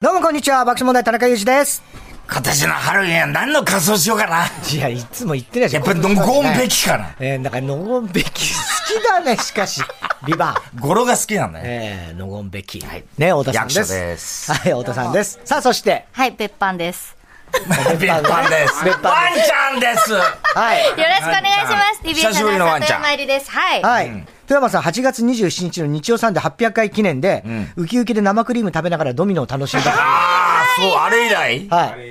どうもこんにちは、爆笑問題田中裕二です。今年のハロウィンは何の仮装しようかな。いや、いつも言ってないじやゃん。っぱりノゴーンべきか な。えー、なんか、ノゴンべき。好きだね、しかし。ビバン。語呂が好きなんだ ね。えー、ノゴンべき。はい。ね、太田さんです。役者ですはい、太田さんです。さあ、そして、はい、別班です。別班です。別班ワンちゃんです。はい。よろしくお願いします。久しぶり TBS ののワワンンちちゃゃんん参りです。はい。はい。富山さん、8月27日の日曜さんで800回記念で、ウキウキで生クリーム食べながらドミノを楽しん だ。ああ、そう、あれ以来そうはい。あれ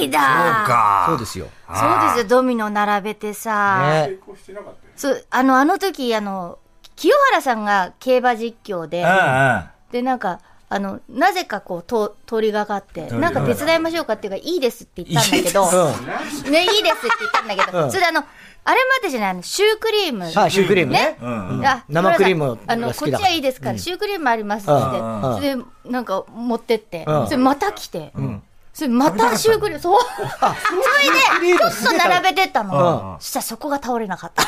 以来だ。か。そうですよ。そうですよ、ドミノ並べてさ。ねそう、あの、あの時、あの、清原さんが競馬実況でうん、うん。で、なんか、あの、なぜかこう、と通りがかって、なんか手伝いましょうかっていうか、いいですって言ったんだけど、ね、いいですって言ったんだけうんど、それであの、あれもあったじゃないあの、シュークリーム。さあ、シュークリームねね。んあ生クリームあのが好こきっちだからはいいですから、シュークリームありますってうんうんそれでなんか持ってって、うんそれまた来て、それまたシュークリームそうそれでちょっと並べてったの、そしたらそこが倒れなかった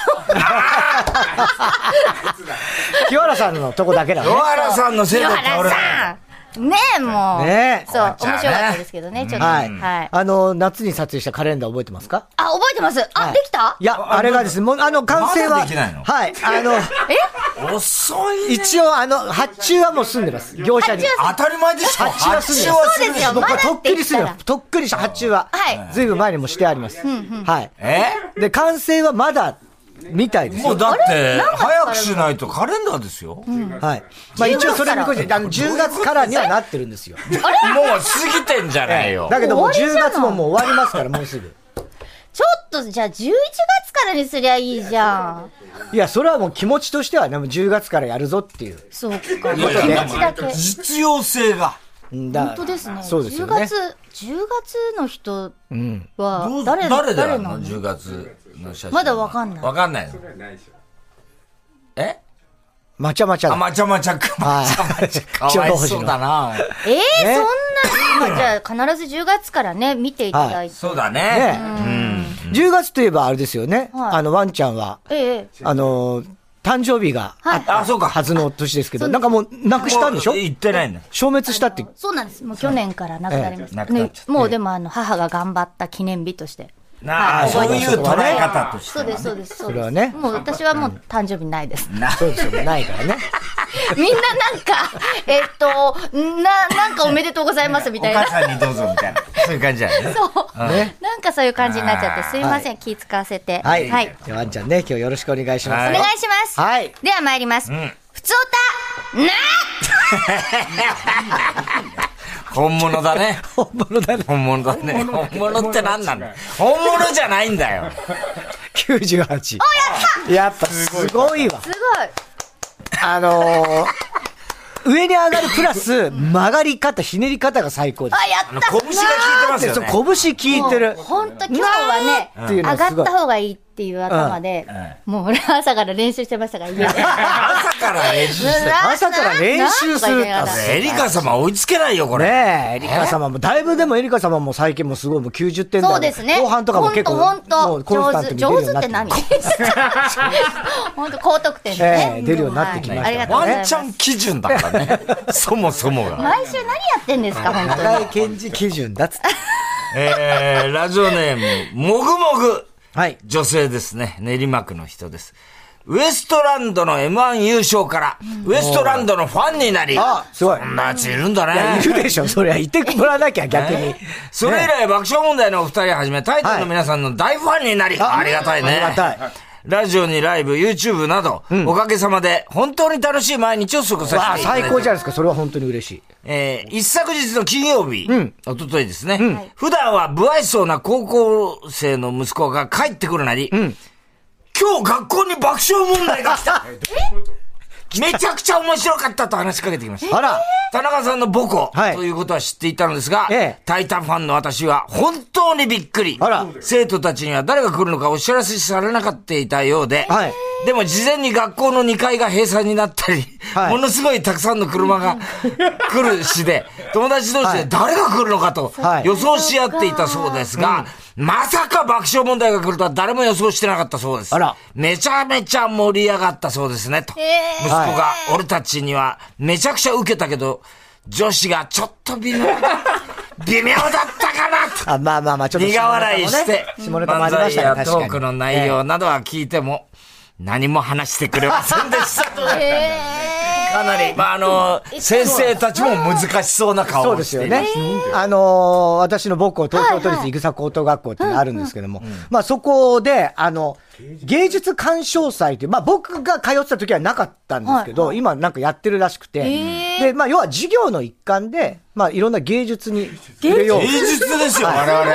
清原さんのとこだけだね野。原さんのせいで清倒原れない。さんねえもう、ねえそう面じゃあね白かったですけどねちょっと、はい。はいあの、夏に撮影したカレンダー覚えてますかあ覚えてますあ、はいできたいや、あれがですね、もう、あの、完成は、まだできないのはい、あ の、遅いね。一応、あの、発注はもう済んでます、業者に。当たり前でしょ。発注は済発んでます。そうですよ僕はまだとっくに済んでまって言ったす。とっくにした発注は。はいずいぶん前にもしてあります。はえい。で、完成はまだ、みたいですもうよ。だって、早くしないとカレンダーですよ。もうはい。まあ一応それにこじて、あの、10月からにはなってるんですよ。過ぎてんじゃないよ。だけどもう終わり10じゃない月ももう終わりますから、もうすぐ。ちょっとじゃあ11月からにすりゃいいじゃんいや、それはもう気持ちとしてはね、もう10月からやるぞっていう。そうかいやい気や持ちだけ実用性が。本当本当ですね。そうですよ10ね月。、10月の人どはう誰、誰でや誰るなのの ?10 月の写真。まだわかんないわかんないの。えまちゃまちゃあ、だ。まちゃまちゃく、まはいちゃまち ゃ、かわいそうだな。えー、ねそんな、まあじゃあ必ず10月からね、見ていただいて。そうだねね。 10月といえばあれですよね。はいあの、ワンちゃんは、ええあの、誕生日があっあ、そうたか。はずの年ですけど、なんかもう、なくしたんでしょもう言ってないんだ。消滅したって。そうなんです。もう去年からなくなりました。ええなくなっねちゃっ、もうでもあの、母が頑張った記念日として。なはあ、いそういう捉え方としそうて。です、そうです、そうれはです。ねもう私はもう誕生日ないです。なそうですよ、ないからね。みんななんか、えっと、な、なんかおめでとうございますみおたいな母。さんにどうぞみたいな。そういう感じだよね。そう。なんかそういう感じになっちゃって、すいません、気使わせて。はい。はい。じゃあワンちゃんね、今日よろしくお願いしはまおすよ。願いします。はいでは参ります。ふつおた、な本物だね。本物だね。本物だね。本物って何なんだ本物じゃないんだよ。 98。お、やったやっぱ、すごいわ。すごい。あのー、上に上がるプラス、曲がり方、ひねり方が最高であ、す。やあっの、た拳が効いてますで、よそう、ね。拳効いてる。ほんと今日はっね、ていう上のががっすごいた方がいいっていう頭で、もう朝から練習してましたから、家で。朝から練習して 朝から練習するってなんとか言いながらエリカ様追いつけないよ、これ。ねえ、エリカ様も、だいぶでもエリカ様も最近もすごい、もう90点台のそうですね。後半とかも結構、ほんともほうんコとンスタン上トに出るよう手、上に手なっっててきま何すほんと高得点でえねえ。出るようになってきましたねはいありがとうございワまンすチ。ャン基準だからね。そもそもが。毎週何やってんですか、ほんと高に。い検事基準だっつって。 えー、ラジオネーム、もぐもぐ。はい。女性ですね。練馬区の人です。ウエストランドの M1 優勝から、ウエストランドのファンになり、あすごいそんなやついるんだいや、いね。るでしょ、そりゃ。いてもらわなきゃ、逆 に。それ以来、爆笑問題のお二人はじめ、タイトルの皆さんの大ファンになり、あありがたいね。ありがたい。ラジオにライブ、YouTube など、おかげさまで、本当に楽しい毎日を過ごさせていたわだいあ、て最高じゃないですか、それは本当に嬉しい。えー一昨日の金曜日、おとといですね、普段は不愛想な高校生の息子が 帰ってくるなり、今日学校に爆笑問題が来ためちゃくちゃ面白かったと話しかけてきました。あら、田中さんの母校はいということは知っていたのですが、ええタイタンファンの私は本当にびっくりあら。生徒たちには誰が来るのかお知らせされなかったいたようで、はいでも事前に学校の2階が閉鎖になったり、はいものすごいたくさんの車 が来るしで、友達同士はでい誰が来るのかとはい予想し合っていたそうですが、まさか爆笑問題が来るとは誰も予想してなかったそうです。あらめちゃめちゃ盛り上がったそうですね、と。え息子が、俺たちにはめちゃくちゃ受けたけど、女子がちょっと微妙だ、微妙だったかなと。あ、まあまあまあ、ちょっと苦笑いして、下ネタもありましたね漫確才やかにトークの内容などは聞いても、何も話してくれませんでした。ー、えかなり、まあ、あの、先生たちも難しそうな顔そうをでしすてよいるね。あのー私の母校、東京都立いぐさ高等学校っていうのがあるんですけども、まあそこで、あの、芸術鑑賞祭という、まあ僕が通ってた時はなかったんですけど、今なんかやってるらしくて、で、まあ要は授業の一環で、まあいろんな芸術に触れよう。芸術ですよ、我々。ね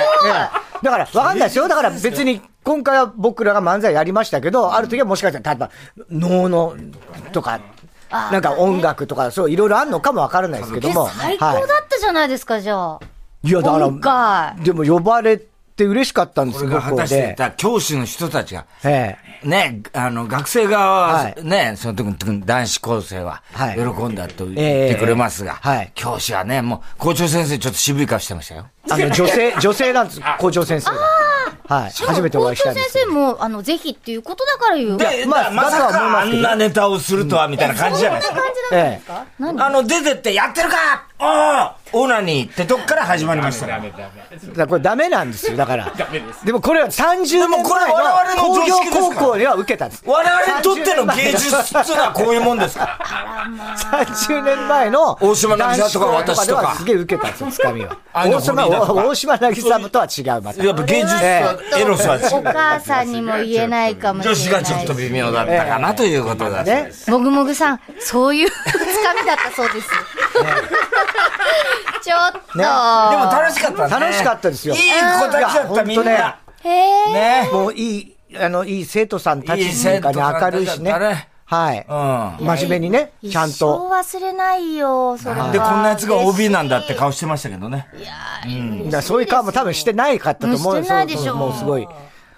だから、わかんないですよ。だから別に、今回は僕らが漫才やりましたけど、ある時はもしかしたら、例えば、能の、とか、なんか音楽とか、そう、いろいろあるのかもわからないですけども。最高だったじゃないですか、じゃあ。いや、だ今から、回でも呼ばれて嬉しかったんですそれよ、が僕果たしていで。た教師の人たちが、ええ。ね、あの、学生側は、はいね、その時の男子高生はは、い喜んだと言ってくれますが、ええはい教師はね、もう、校長先生ちょっと渋い顔してましたよ。あの、女性、女性なんです、校長先生が。はい。初めてお会いしたんですけ校長ど。先生も、あの、ぜひっていうことだから言う。で、まあまさだとは思いかまあすけんどなネタをするとは、みたいな感じじゃないですか。ええ。あの、出てって、やってるかああオナニーってとこから始まりましたね。だからこれダメなんですよ、だから。でもこれは30年でも前のこれ我々の常工業識ですから高校では受けたんです。我々にとっての芸術っていうのはこういうもんですから。 30年前の大島渚とか男子校で私とはかすげえ受けたんですよ、つかみは。あの大島、堀田とか大島渚とは違う、また。やっぱ芸術とエロスは違おう。母さんにも言えないかもしれ女ない。子がちょっと微妙だったかなということだね。もぐもぐさん、そういうつかみだったそうです。ちょっと。ねでも楽しかったね。楽しかったですよいい子たちだった、うんみんいやな本。へえ。ね。もういい、あの、いい生徒さんたちっいていうかねい生徒さんたちだっ明たねるいしね。はい。う真面目にね、ちゃん一と。生忘れないよ、それはん。で、こんなやつが OB なんだって顔してましたけどね。だからそういう顔も多分してないかったと思ううんしてないでしょそうそうもうすごい。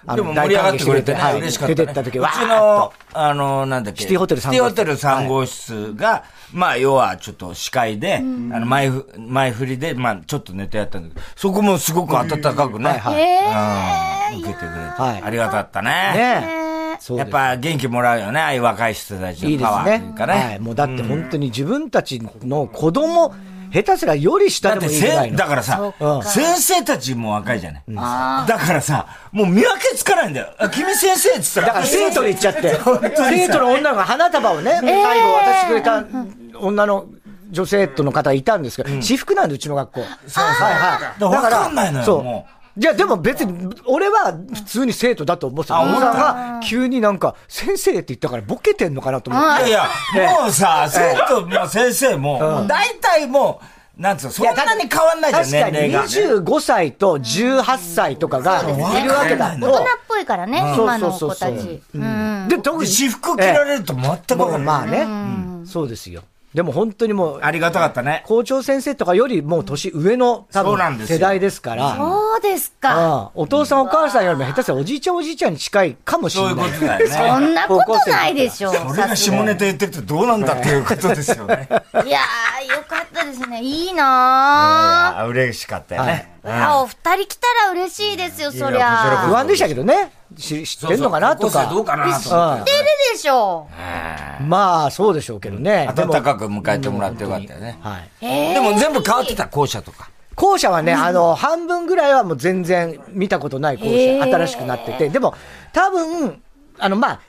あでも盛り上がってくれてね、大歓迎嬉しかしてくった、ね。れてはい。出てった時は、うちわの、あの、なんだっけ。シティホテル3号室シティホテル3号室が、まあ、要はちょっと司会で、あの、前ふ、前振りで、まあ、ちょっとネタやったんだけど、そこもすごく温かくね、はいはいうん受けてくれて、はいありがたかったね。ーっとねえ。そうやでっす。ぱ元気もらうよね、ああいう若い人たちいいのでパすワーといねう。かね。はい。もうだって本当に自分たちの子供、下手すらより下だっでてもいいぐらせいん、の。だからさ、うん先生たちも若いじゃない、だからさ、もう見分けつかないんだよ。あ君先生っつったら。だから生徒に言っちゃって、生徒の女の子が花束をね、最後渡してくれた女の女性との方がいたんですけど、私服なんで、うちの学校。はいはい。だからわかんないのよもう。じゃあでも別に、俺は普通に生徒だと思ってた。あお思さっんたが急になんか、先生って言ったからボケてんのかなと思って。いやいや、もうさ、生徒も先生も、大体もう、なんつうの、そんなに変わんない確じゃかん、に年齢が。 25歳と18歳とかがいるわけだそうですね大人っぽいからね、そう今のそう子そうそたうち。うん。で、特に私服着られると全くわかもうんない。まあね、そうですよ。でも本当にもう、ありがたかったね。校長先生とかよりもう年上の多そうなんで分すよ世代ですから、そうですか。ああお父さんお母さんよりも下手したらおじいちゃんおじいちゃんに近いかもしれそうないい。うことだ よそね。んなことないでしょう。それがさす下がネタ言ってるとどうなんだっていうことですよね。にいやー、よかったですね。いいなあー嬉しかったよね。ー。あ、お二人来たら嬉しいですよ、そりいやこちらこゃそ。不安でしたけどね。し知ってんのかなどとうか。かなと思っう出るでしょう。て。んまあ、そうでしょうけどね。でも暖かく迎えてもらってよかったよね。はい。えーでも全部変わってた、校舎とか。校舎はね、あの、半分ぐらいはもう全然見たことない校舎、へー新しくなってて、でも、多分、あの、まあ、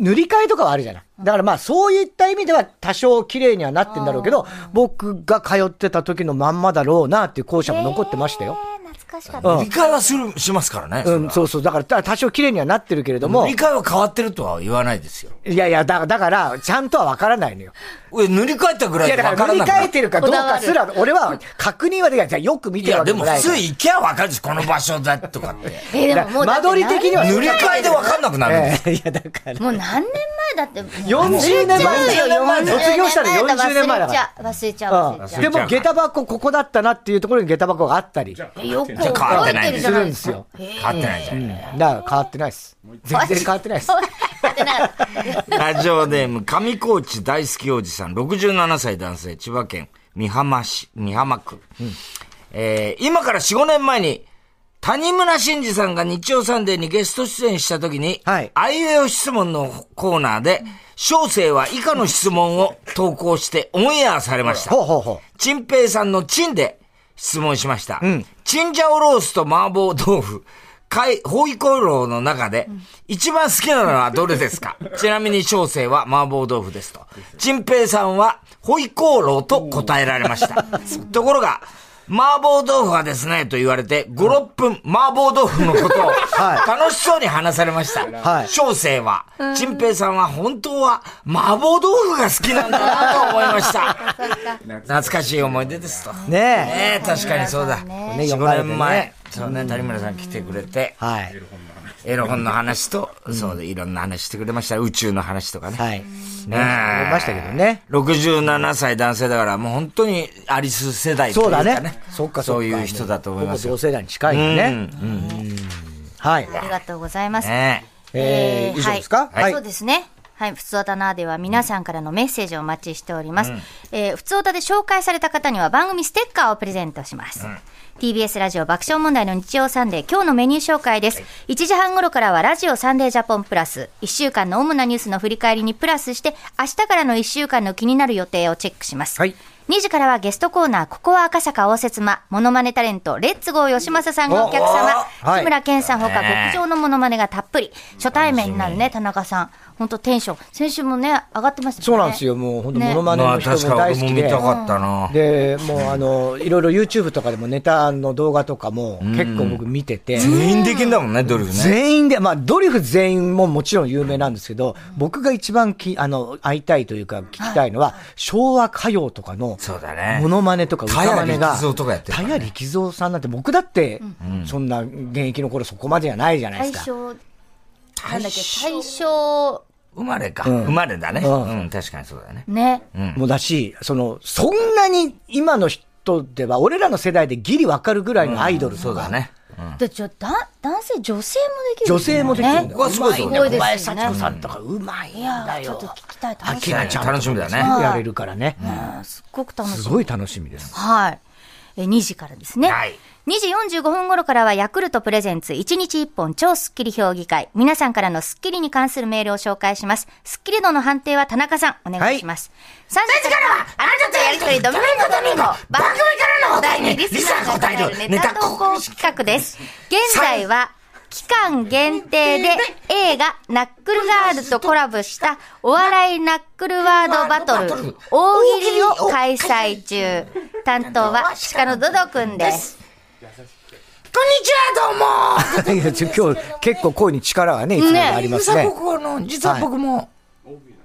塗り替えとかはあるじゃない。だからまあ、そういった意味では多少綺麗にはなってんだろうけど、僕が通ってた時のまんまだろうなっていう校舎も残ってましたよ。えー懐かしかっうた。ん理解はする、しますからね。うん、そうそう。だから、た多少綺麗にはなってるけれども理、解は変わってるとは言わないですよ。いやいや、だだから、ちゃんとは分からないのよ。え塗り替えたぐらいいや、でだ分かか、ら塗らなりくな替るえてるかどうかすら、俺は確認はできないじゃあ。よく見いてるや、わでけじゃもない普から。通行けば分かるし、この場所だとかって。えーでももうだ間って取り的には 塗り替えで分かんなくなるんです。ええいや、だから。もう何年前だってもう40年前40卒業したら40 40年前だ忘れかちらゃう忘れちゃう忘れちゃうんうでも、下駄箱ここだったなっていうところに下駄箱があったり、だかえよくじゃあ変わっ覚てえないてんるでじすゃよないです変かわってないじゃん。ら変わってないです。全然変わってないです。変わってない ラジオネーム、上高地大好きおじさん、67歳男性、千葉県、美浜市、美浜区。えー今から4、5年前に、谷村新司さんが日曜サンデーにゲスト出演した時に、はいあいうえお質問のコーナーで、小生は以下の質問を投稿してオンエアされました。ほうほうほチンペイさんのチンで質問しました。チンジャオロースと麻婆豆腐、海、ホイコーローの中で、一番好きなのはどれです かちなみに小生は麻婆豆腐ですと。チンペイさんは、ホイコーローと答えられま した。ところが、麻婆豆腐はですね、と言われて、5、6分、麻婆豆腐のことを、は楽しそうに話されました。はい小生は、チンペイさんは本当は麻婆豆腐が好きなんだなと思いま した。懐かしい思い出ですと。う。ねねえ、確かにそうだ。え。ねね、 4、読まれ5て年前ね。、そうね、谷村さん来てくれて、はい。エロ本の話と、そうで、いろんな話してくれました。宇宙の話とかね。はい。ねえありましたけどね。 67歳男性だから、もう本当にアリス世代といそううかだね。ね。そっかそっか。そういう人だと思いますほぼよ。同世代に近いよね。うんうんはい。ありがとうございますねえー以上ですかはいはいそうですね。はい、ふつおたなーでは皆さんからのメッセージをお待ちしております。えーふつおたで紹介された方には番組ステッカーをプレゼントします。TBS ラジオ爆笑問題の日曜サンデー、今日のメニュー紹介です。1時半頃からはラジオサンデージャポンプラス、1週間の主なニュースの振り返りにプラスして、明日からの1週間の気になる予定をチェックします。はい2時からはゲストコーナー、ここは赤坂応接間、モノマネタレント、レッツゴー吉正さんがお客様、おはい木村健さんほかね極上のモノマネがたっぷり、初対面になるね、田中さん。本当テンション。先週もね、上がってましたそうもなね。んですよ。もう本当ねモノえ。マネまのあ人確かも大僕好もき見でた。かったな。で、もうあの、いろいろ YouTube とかでもネタの動画とかも結構僕見てて。全員できんだもんね、ドリフね。全員で、まあ、ドリフ全員ももちろん有名なんですけど、僕が一番き、あの、会いたいというか、聞きたいのは、昭和歌謡とかの、そうだねモノマネとか歌マネ田谷が、力蔵とかやってるかたらねや力蔵さんなんて、僕だって、そんな現役の頃そこまでじゃないじゃない大ですか。正、なんだっけ、大大正、生まれか。生まれだね。うんうん、確かにそうだね。ね。もうだし、その、そんなに今の人では、俺らの世代でギリわかるぐらいのアイドルそとうか、だね。で、じゃ、だ、男性、女性もできる。女性もできるんだこよ。こはすごいとすこごいだでよ。すよね。さんとかうまいんだちょっとよ。聞きたい。楽し秋み。菜ちゃんとか楽しみだねすごいやれるからね。すっごく楽しみ。すごい楽しみです。はい。えー、2時からですね。はい2時45分頃からはヤクルトプレゼンツ1日1本超スッキリ評議会。皆さんからのスッキリに関するメールを紹介します。スッキリ度の判定は田中さん、お願いします。3時からはあなたとやりとりドミニコドミニコ番組からのお題にリスナーが答えるネタ投稿企画です。現在は期間限定で映画ナックルガールとコラボしたお笑いナックルワードバトル大喜利を開催中。担当は鹿のドドくんです。こんにちは、どうもいやちょ今日結構声に力がね、いつもよりありますね。高校の、実は僕も、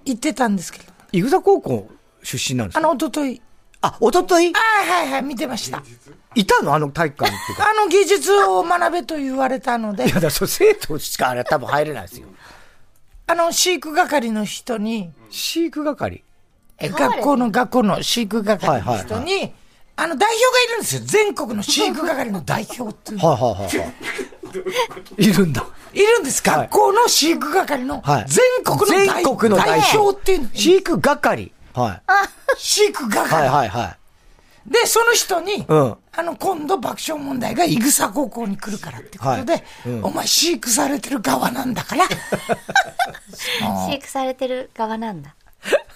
行ってたんですけど、いぐさ高校出身なんですかあの、一昨日あ、おとといはいはいはい、見てました。いたのあの体育館っていうか。あの、芸術を学べと言われたので いや、、だからそう生徒しかあれは多分入れないですよ。あの、飼育係の人に、飼育係。え学校の、学校の飼育はい係はいのはい人に、あの、代表がいるんですよ。全国の飼育係の代表っていうの。 はいはいはいはい。いるんだ。いるんです。はい学校の飼育係の、はい。全国の代全国の代代表っていうの。飼育係。はい。飼育はい係。はいはい。で、その人に、うんあの、今度爆笑問題がいぐさ高校に来るからってことで、はいお前飼育されてる側なんだ から、飼育されてる側なんだ。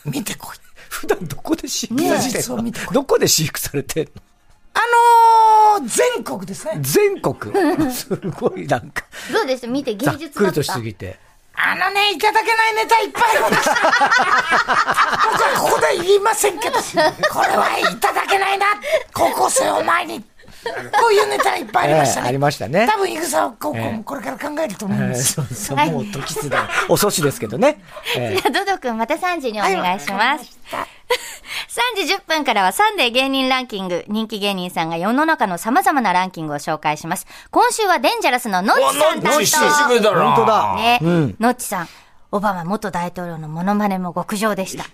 見てこい。普段どこで飼育ねえされてそうる見のてこどこで飼育されてるのあのー、全国ですね。全 国。すごいなんか、どうでした見て芸ざっ術くだりったとしすぎて。あのね、いただけないネタいっぱいあるんです。僕はここで言いませんけど、これはいただけないな、高校生を前に。こういうネタいっぱいありましたね。ええありましたね多分、イグサ高校もこれから考えると思うんですよ。そうそう、もう時すでに遅しですけどね。ええじゃあ、ドド君、また3時にお願いします。3時10分からはサンデー芸人ランキング。人気芸人さんが世の中の様々なランキングを紹介します。今週はデンジャラスのノッチさお、ん担なんち久しぶり当。だな。本当だね、ノッチさん。オバマ元大統領のモノマネも極上でした。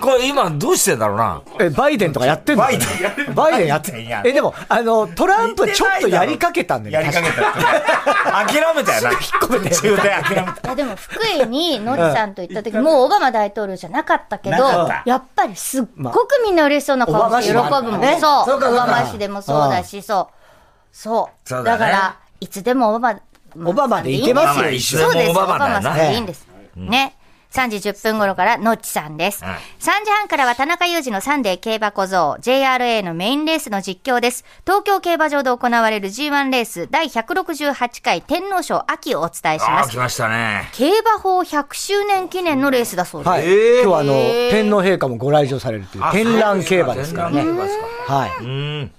これ今どうしてんだろうな。え、バイデンとかやってんのバイデン。バイデンやっバイデンてやえ、でも、あの、トランプちょっとやりかけたんだやよね。りかけたってね。諦めたよな。引っ込めて。中退諦めた。いやでも福井 にのりさんと行った時、もうオバマ大統領じゃなかったけど、なかったやっぱりすっごくみんな嬉しそうな顔して喜ぶまあもんね。そう。オバマ氏でもそうだし、そう。そう。そうだねだから、いつでもオバマ。オバマでいけますよいいんですいつでもそうです。オオバマバだよなマさんでいいんです。ね。3時10分頃からのっちさんです。はい3時半からは田中裕二のサンデー競馬小僧 JRA のメインレースの実況です。東京競馬場で行われる G1 レース第168回天皇賞秋をお伝えしあまあ、す来。ましたね。競馬法100周年記念のレースだそうです。はい。今日はあの、天皇陛下もご来場されるという、天覧競馬ですからね。天覧競馬ですかはい。うん。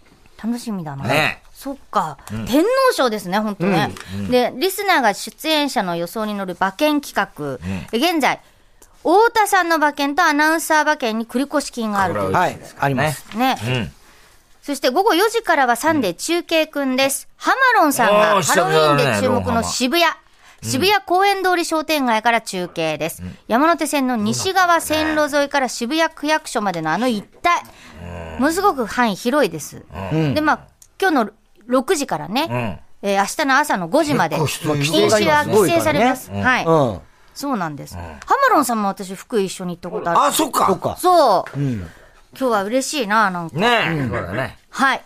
楽しみだな。ねそっか、天皇賞ですね、本当ね、で、リスナーが出演者の予想に乗る馬券企画。現在、太田さんの馬券とアナウンサー馬券に繰越金があるというはい。あります。ね。んそして午後4時からはサンデー中継くんです。ハマロンさんあがーハロウィー久々だンでね注目ロンハのマ渋谷。渋谷公園通り商店街から中継です。山手線の西側線路沿いから渋谷区役所までのあの一帯。ものすごく範囲広いです。で、まあ、今日の6時からね、えー明日の朝の5時まで、結構人禁止人がはいますね規制されます。はい。うん。そうなんです。ハマロンさんも私、福井一緒に行ったことある。あ、そっか。そっか。そう。今日は嬉しいな、なんか。ねえ。そうだね。はい。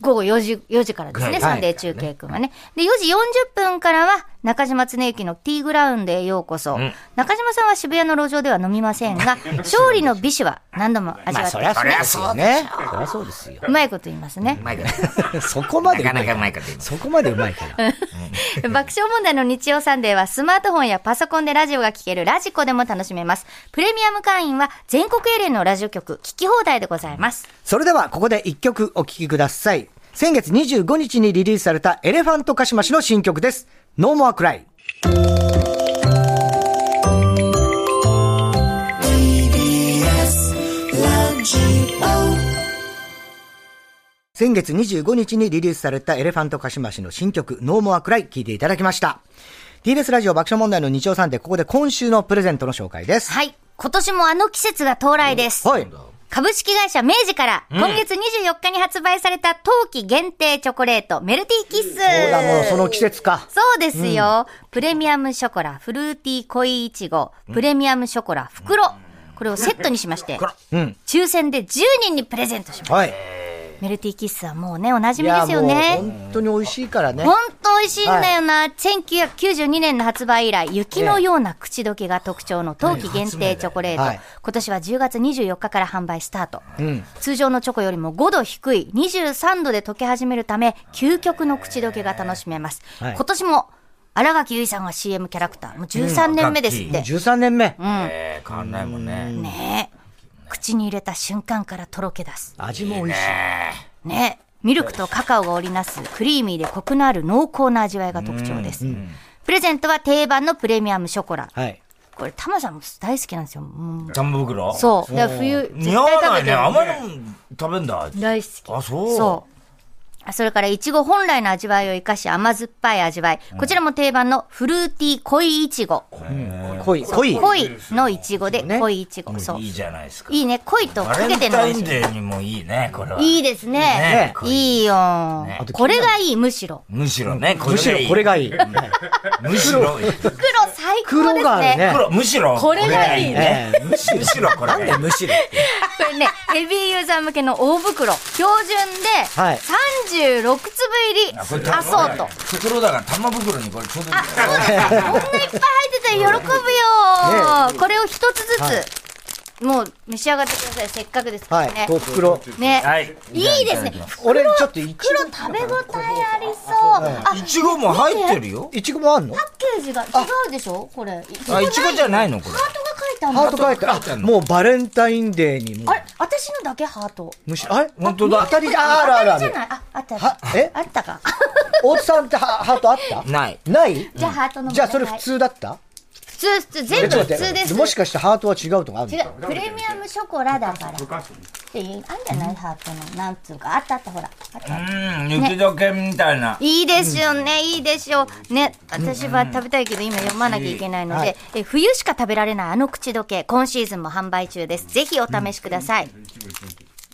午後4時、4時からですね、はいサンデー中継くんはね。で、4時40分からは、中島恒之の T グラウンドへようこそ。中島さんは渋谷の路上では飲みません が、勝利の美酒は何度も味まわあ、ってそまりゃすそうね。ですよね。そりゃそうですよ。うまいこと言いますねう。まいから。 そこまでなうまかいなかうまいから言います。そこまでうまいから。爆笑問題の日曜サンデーはスマートフォンやパソコンでラジオが聴けるラジコでも楽しめます。プレミアム会員は全国エレンのラジオ局聞き放題でございます。それでは、ここで一曲お聴きください。先月25日にリリースされたエレファントカシマシの新曲です。No More Cry。先月25日にリリースされたエレファントカシマシの新曲、ノーモアクライ、聴いていただきました。TBS ラジオ爆笑問題の日曜さんで、ここで今週のプレゼントの紹介です。はい。今年もあの季節が到来です。はい。株式会社明治から、今月24日に発売された冬季限定チョコレート、メルティーキッそス。うだ、もうその季節か。そうですよ、プレミアムショコラ、フルーティー恋いちご、プレミアムショコラ、袋。これをセットにしまして、抽選で10人にプレゼントします。はい。メルティーキッスはもうね、おなじいみや、ですよもうね。本当に美味しいからねほ。んと美味しいんだよな。1992年の発売以来、雪のような口どけが特徴の冬季限定チョコレート。はい今年は10月24日から販売スタート。通常のチョコよりも5度低い23度で溶け始めるため、究極の口どけが楽しめます。はい今年も、新垣結衣さんが CM キャラクター。もう13年目ですっうんて。 13年目。ええ、変わんないもんね。ねえ口に入れた瞬間からとろけ出す。味も美味しい。ねミルクとカカオが織りなすクリーミーでコクのある濃厚な味わいが特徴です。プレゼントは定番のプレミアムショコラ。はい。これ、タマさんも大好きなんですよ。もうジャンボ袋う。そう。だから冬、絶似合わ対食ないべてね。るあまり食べんだ。大好き。あ、そう。そう。あそれから、いちご本来の味わいを生かし、甘酸っぱい味わい。こちらも定番のフルーティー濃いいちご。濃い、濃い。濃いのいちごで、濃いいちご。そうい。いじゃないですか。いいね。濃いとバかレけンてるのがタ美イ味ンしい。デーにもいいね、これは。いいですねね。いいよね。これがいい、むしろ。むしろね、こむしろこれがいい。むしろ、黒最高黒でがすあるね。ね。黒むしろ、これがいいこねれがいいねむしろむしろこれがいい。むしろ。これね、ヘビーユーザー向けの大袋、標準で、はい36粒入り、アソート。袋だから玉袋にこれちょうどいいんだよ。こんないっぱい入ってたら喜ぶよ、これを一つずつ、もう召し上がってください。せっかくですかはらいね。。と袋。ね、、はいい。いですね。俺ちょっといち袋食べ応えありそう。あ、いちごも入ってるよ。ご、いちごもあんのパッケージが違うでしょこれ。いちあ、いちごじゃないののこれ。ハートが書いてあるのハート書いてある。もうバレンタインデーにもあう、れ私のだけハート。むしろ、あれ本当だ当たり、ああるあるあじゃる。ないあ、あったあっはた。、えあったか。大津さんってハハートあったない。ない じゃあハートの問題じゃあそれ普通だった普通、普通、全部えちょっ普と待って通です。もしかしてハートは違うとかある違のう、プレミアムショコラだから。っていう、あんじゃないハートの、なんつうか、あったあった、ほら。あったうん、雪解けみたいな。いいですよね、いいですよ。ね、私は食べたいけど今読まなきゃいけないので、え冬しか食べられないあの口どけ、今シーズンも販売中です。ぜひお試しください。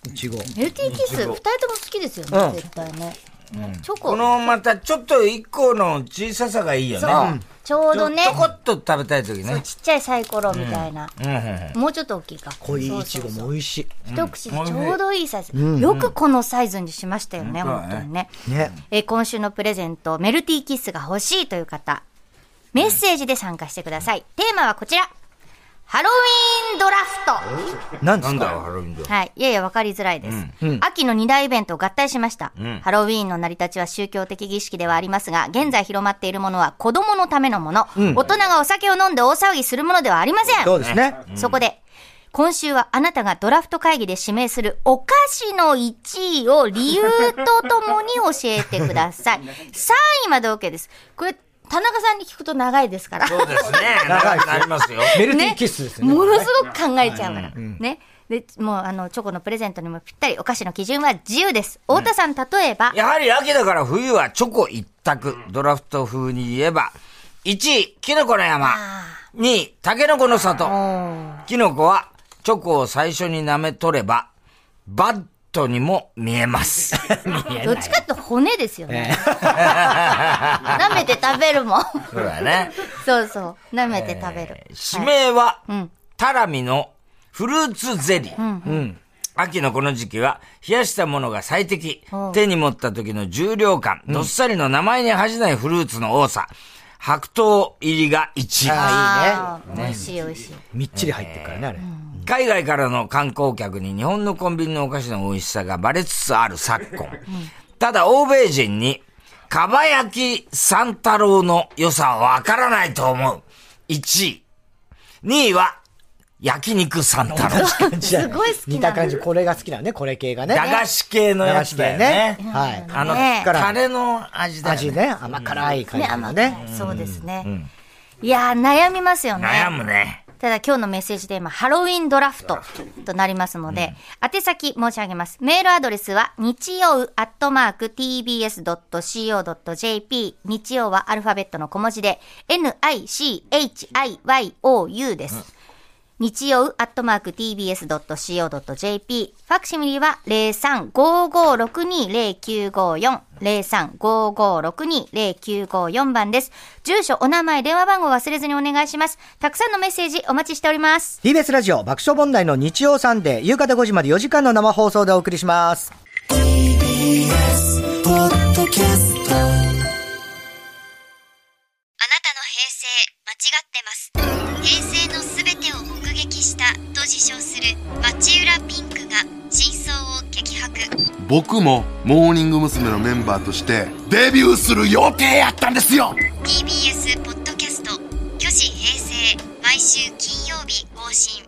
いちご。ビューティーキス、二人とも好きですよね、絶対ね。ねチョコこ、のまたちょっと一個の小ささがいいよね。ちょうどねちょ、こっと食べたい時ね。ちっちゃいサイコロみたいな。うんうんうんもうちょっと大きいか。濃いいちごも美味しい。一口でちょうどいいサイズ。よくこのサイズにしましたよね、本本当当だねにね。ね。えー今週のプレゼント、メルティーキッスが欲しいという方、メッセージで参加してください。テーマはこちら。ハロウィンドラフなんでなすんだかよ、ハロウィンでト。。はい。いやいや、わかりづらいです。秋の二大イベントを合体しました、ハロウィーンの成り立ちは宗教的儀式ではありますが、現在広まっているものは子供のためのもの、大人がお酒を飲んで大騒ぎするものではありません。そうですね。そこで、今週はあなたがドラフト会議で指名するお菓子の1位を理由とともに教えてください。3位まで OK です。これ、田中さんに聞くと長いですから。そうですね。 長くなりますよ。メルティーキッスですね。ものすごく考えちゃうから。ね。で、もうあの、チョコのプレゼントにもぴったり、お菓子の基準は自由です。太田さん、例えば、やはり秋だから冬はチョコ一択。ドラフト風に言えば、1位、キノコの山。2位、タケノコの里。キノコは、チョコを最初に舐め取れば、バットにも見えます。見えどない。っちかって骨ですよね。舐めて食べるもん。 そうだね。そうそう。舐めて食べる。指名は、んタラミのフルーツゼリー。うん秋のこの時期は、冷やしたものが最適。手に持った時の重量感、どっさりの名前に恥じないフルーツの多さ。白桃入りが1位。ああ、美味しい美味しい。みっちり入ってるからね、あれ。海外からの観光客に日本のコンビニのお菓子の美味しさがバレつつある昨今。ただ、欧米人に、かば焼き三太郎の良さはわからないと思う。1位。2位は、焼肉三太郎。すごい好きなの似た感じ、これが好きなのね、これ系がね。駄菓子系のやつだよね。はい。あの、ねタレの味だよ味ね。ね、甘辛い感ね、じ甘の辛いね。そうですね。いやー、悩みますよね。悩むね。ただ今日のメッセージテーマ、ハロウィンドラフトとなりますので、宛先申し上げます。メールアドレスは、日曜アットマーク tbs.co.jp。日曜はアルファベットの小文字で、nichiyou です。日曜アットマーク tbs.co.jp ファクシミリは0355620954 0355620954番です。住所、お名前、電話番号忘れずにお願いします。たくさんのメッセージお待ちしております。 TBS ラジオ爆笑問題の日曜サンデー、夕方5時まで4時間の生放送でお送りします。ポッドキャストあなたの平成間違ってます平成のすべてを目撃したと自称する町浦ピンクが真相を激白僕もモーニング娘。のメンバーとしてデビューする予定やったんですよ TBS ポッドキャスト「虚子平成」毎週金曜日更新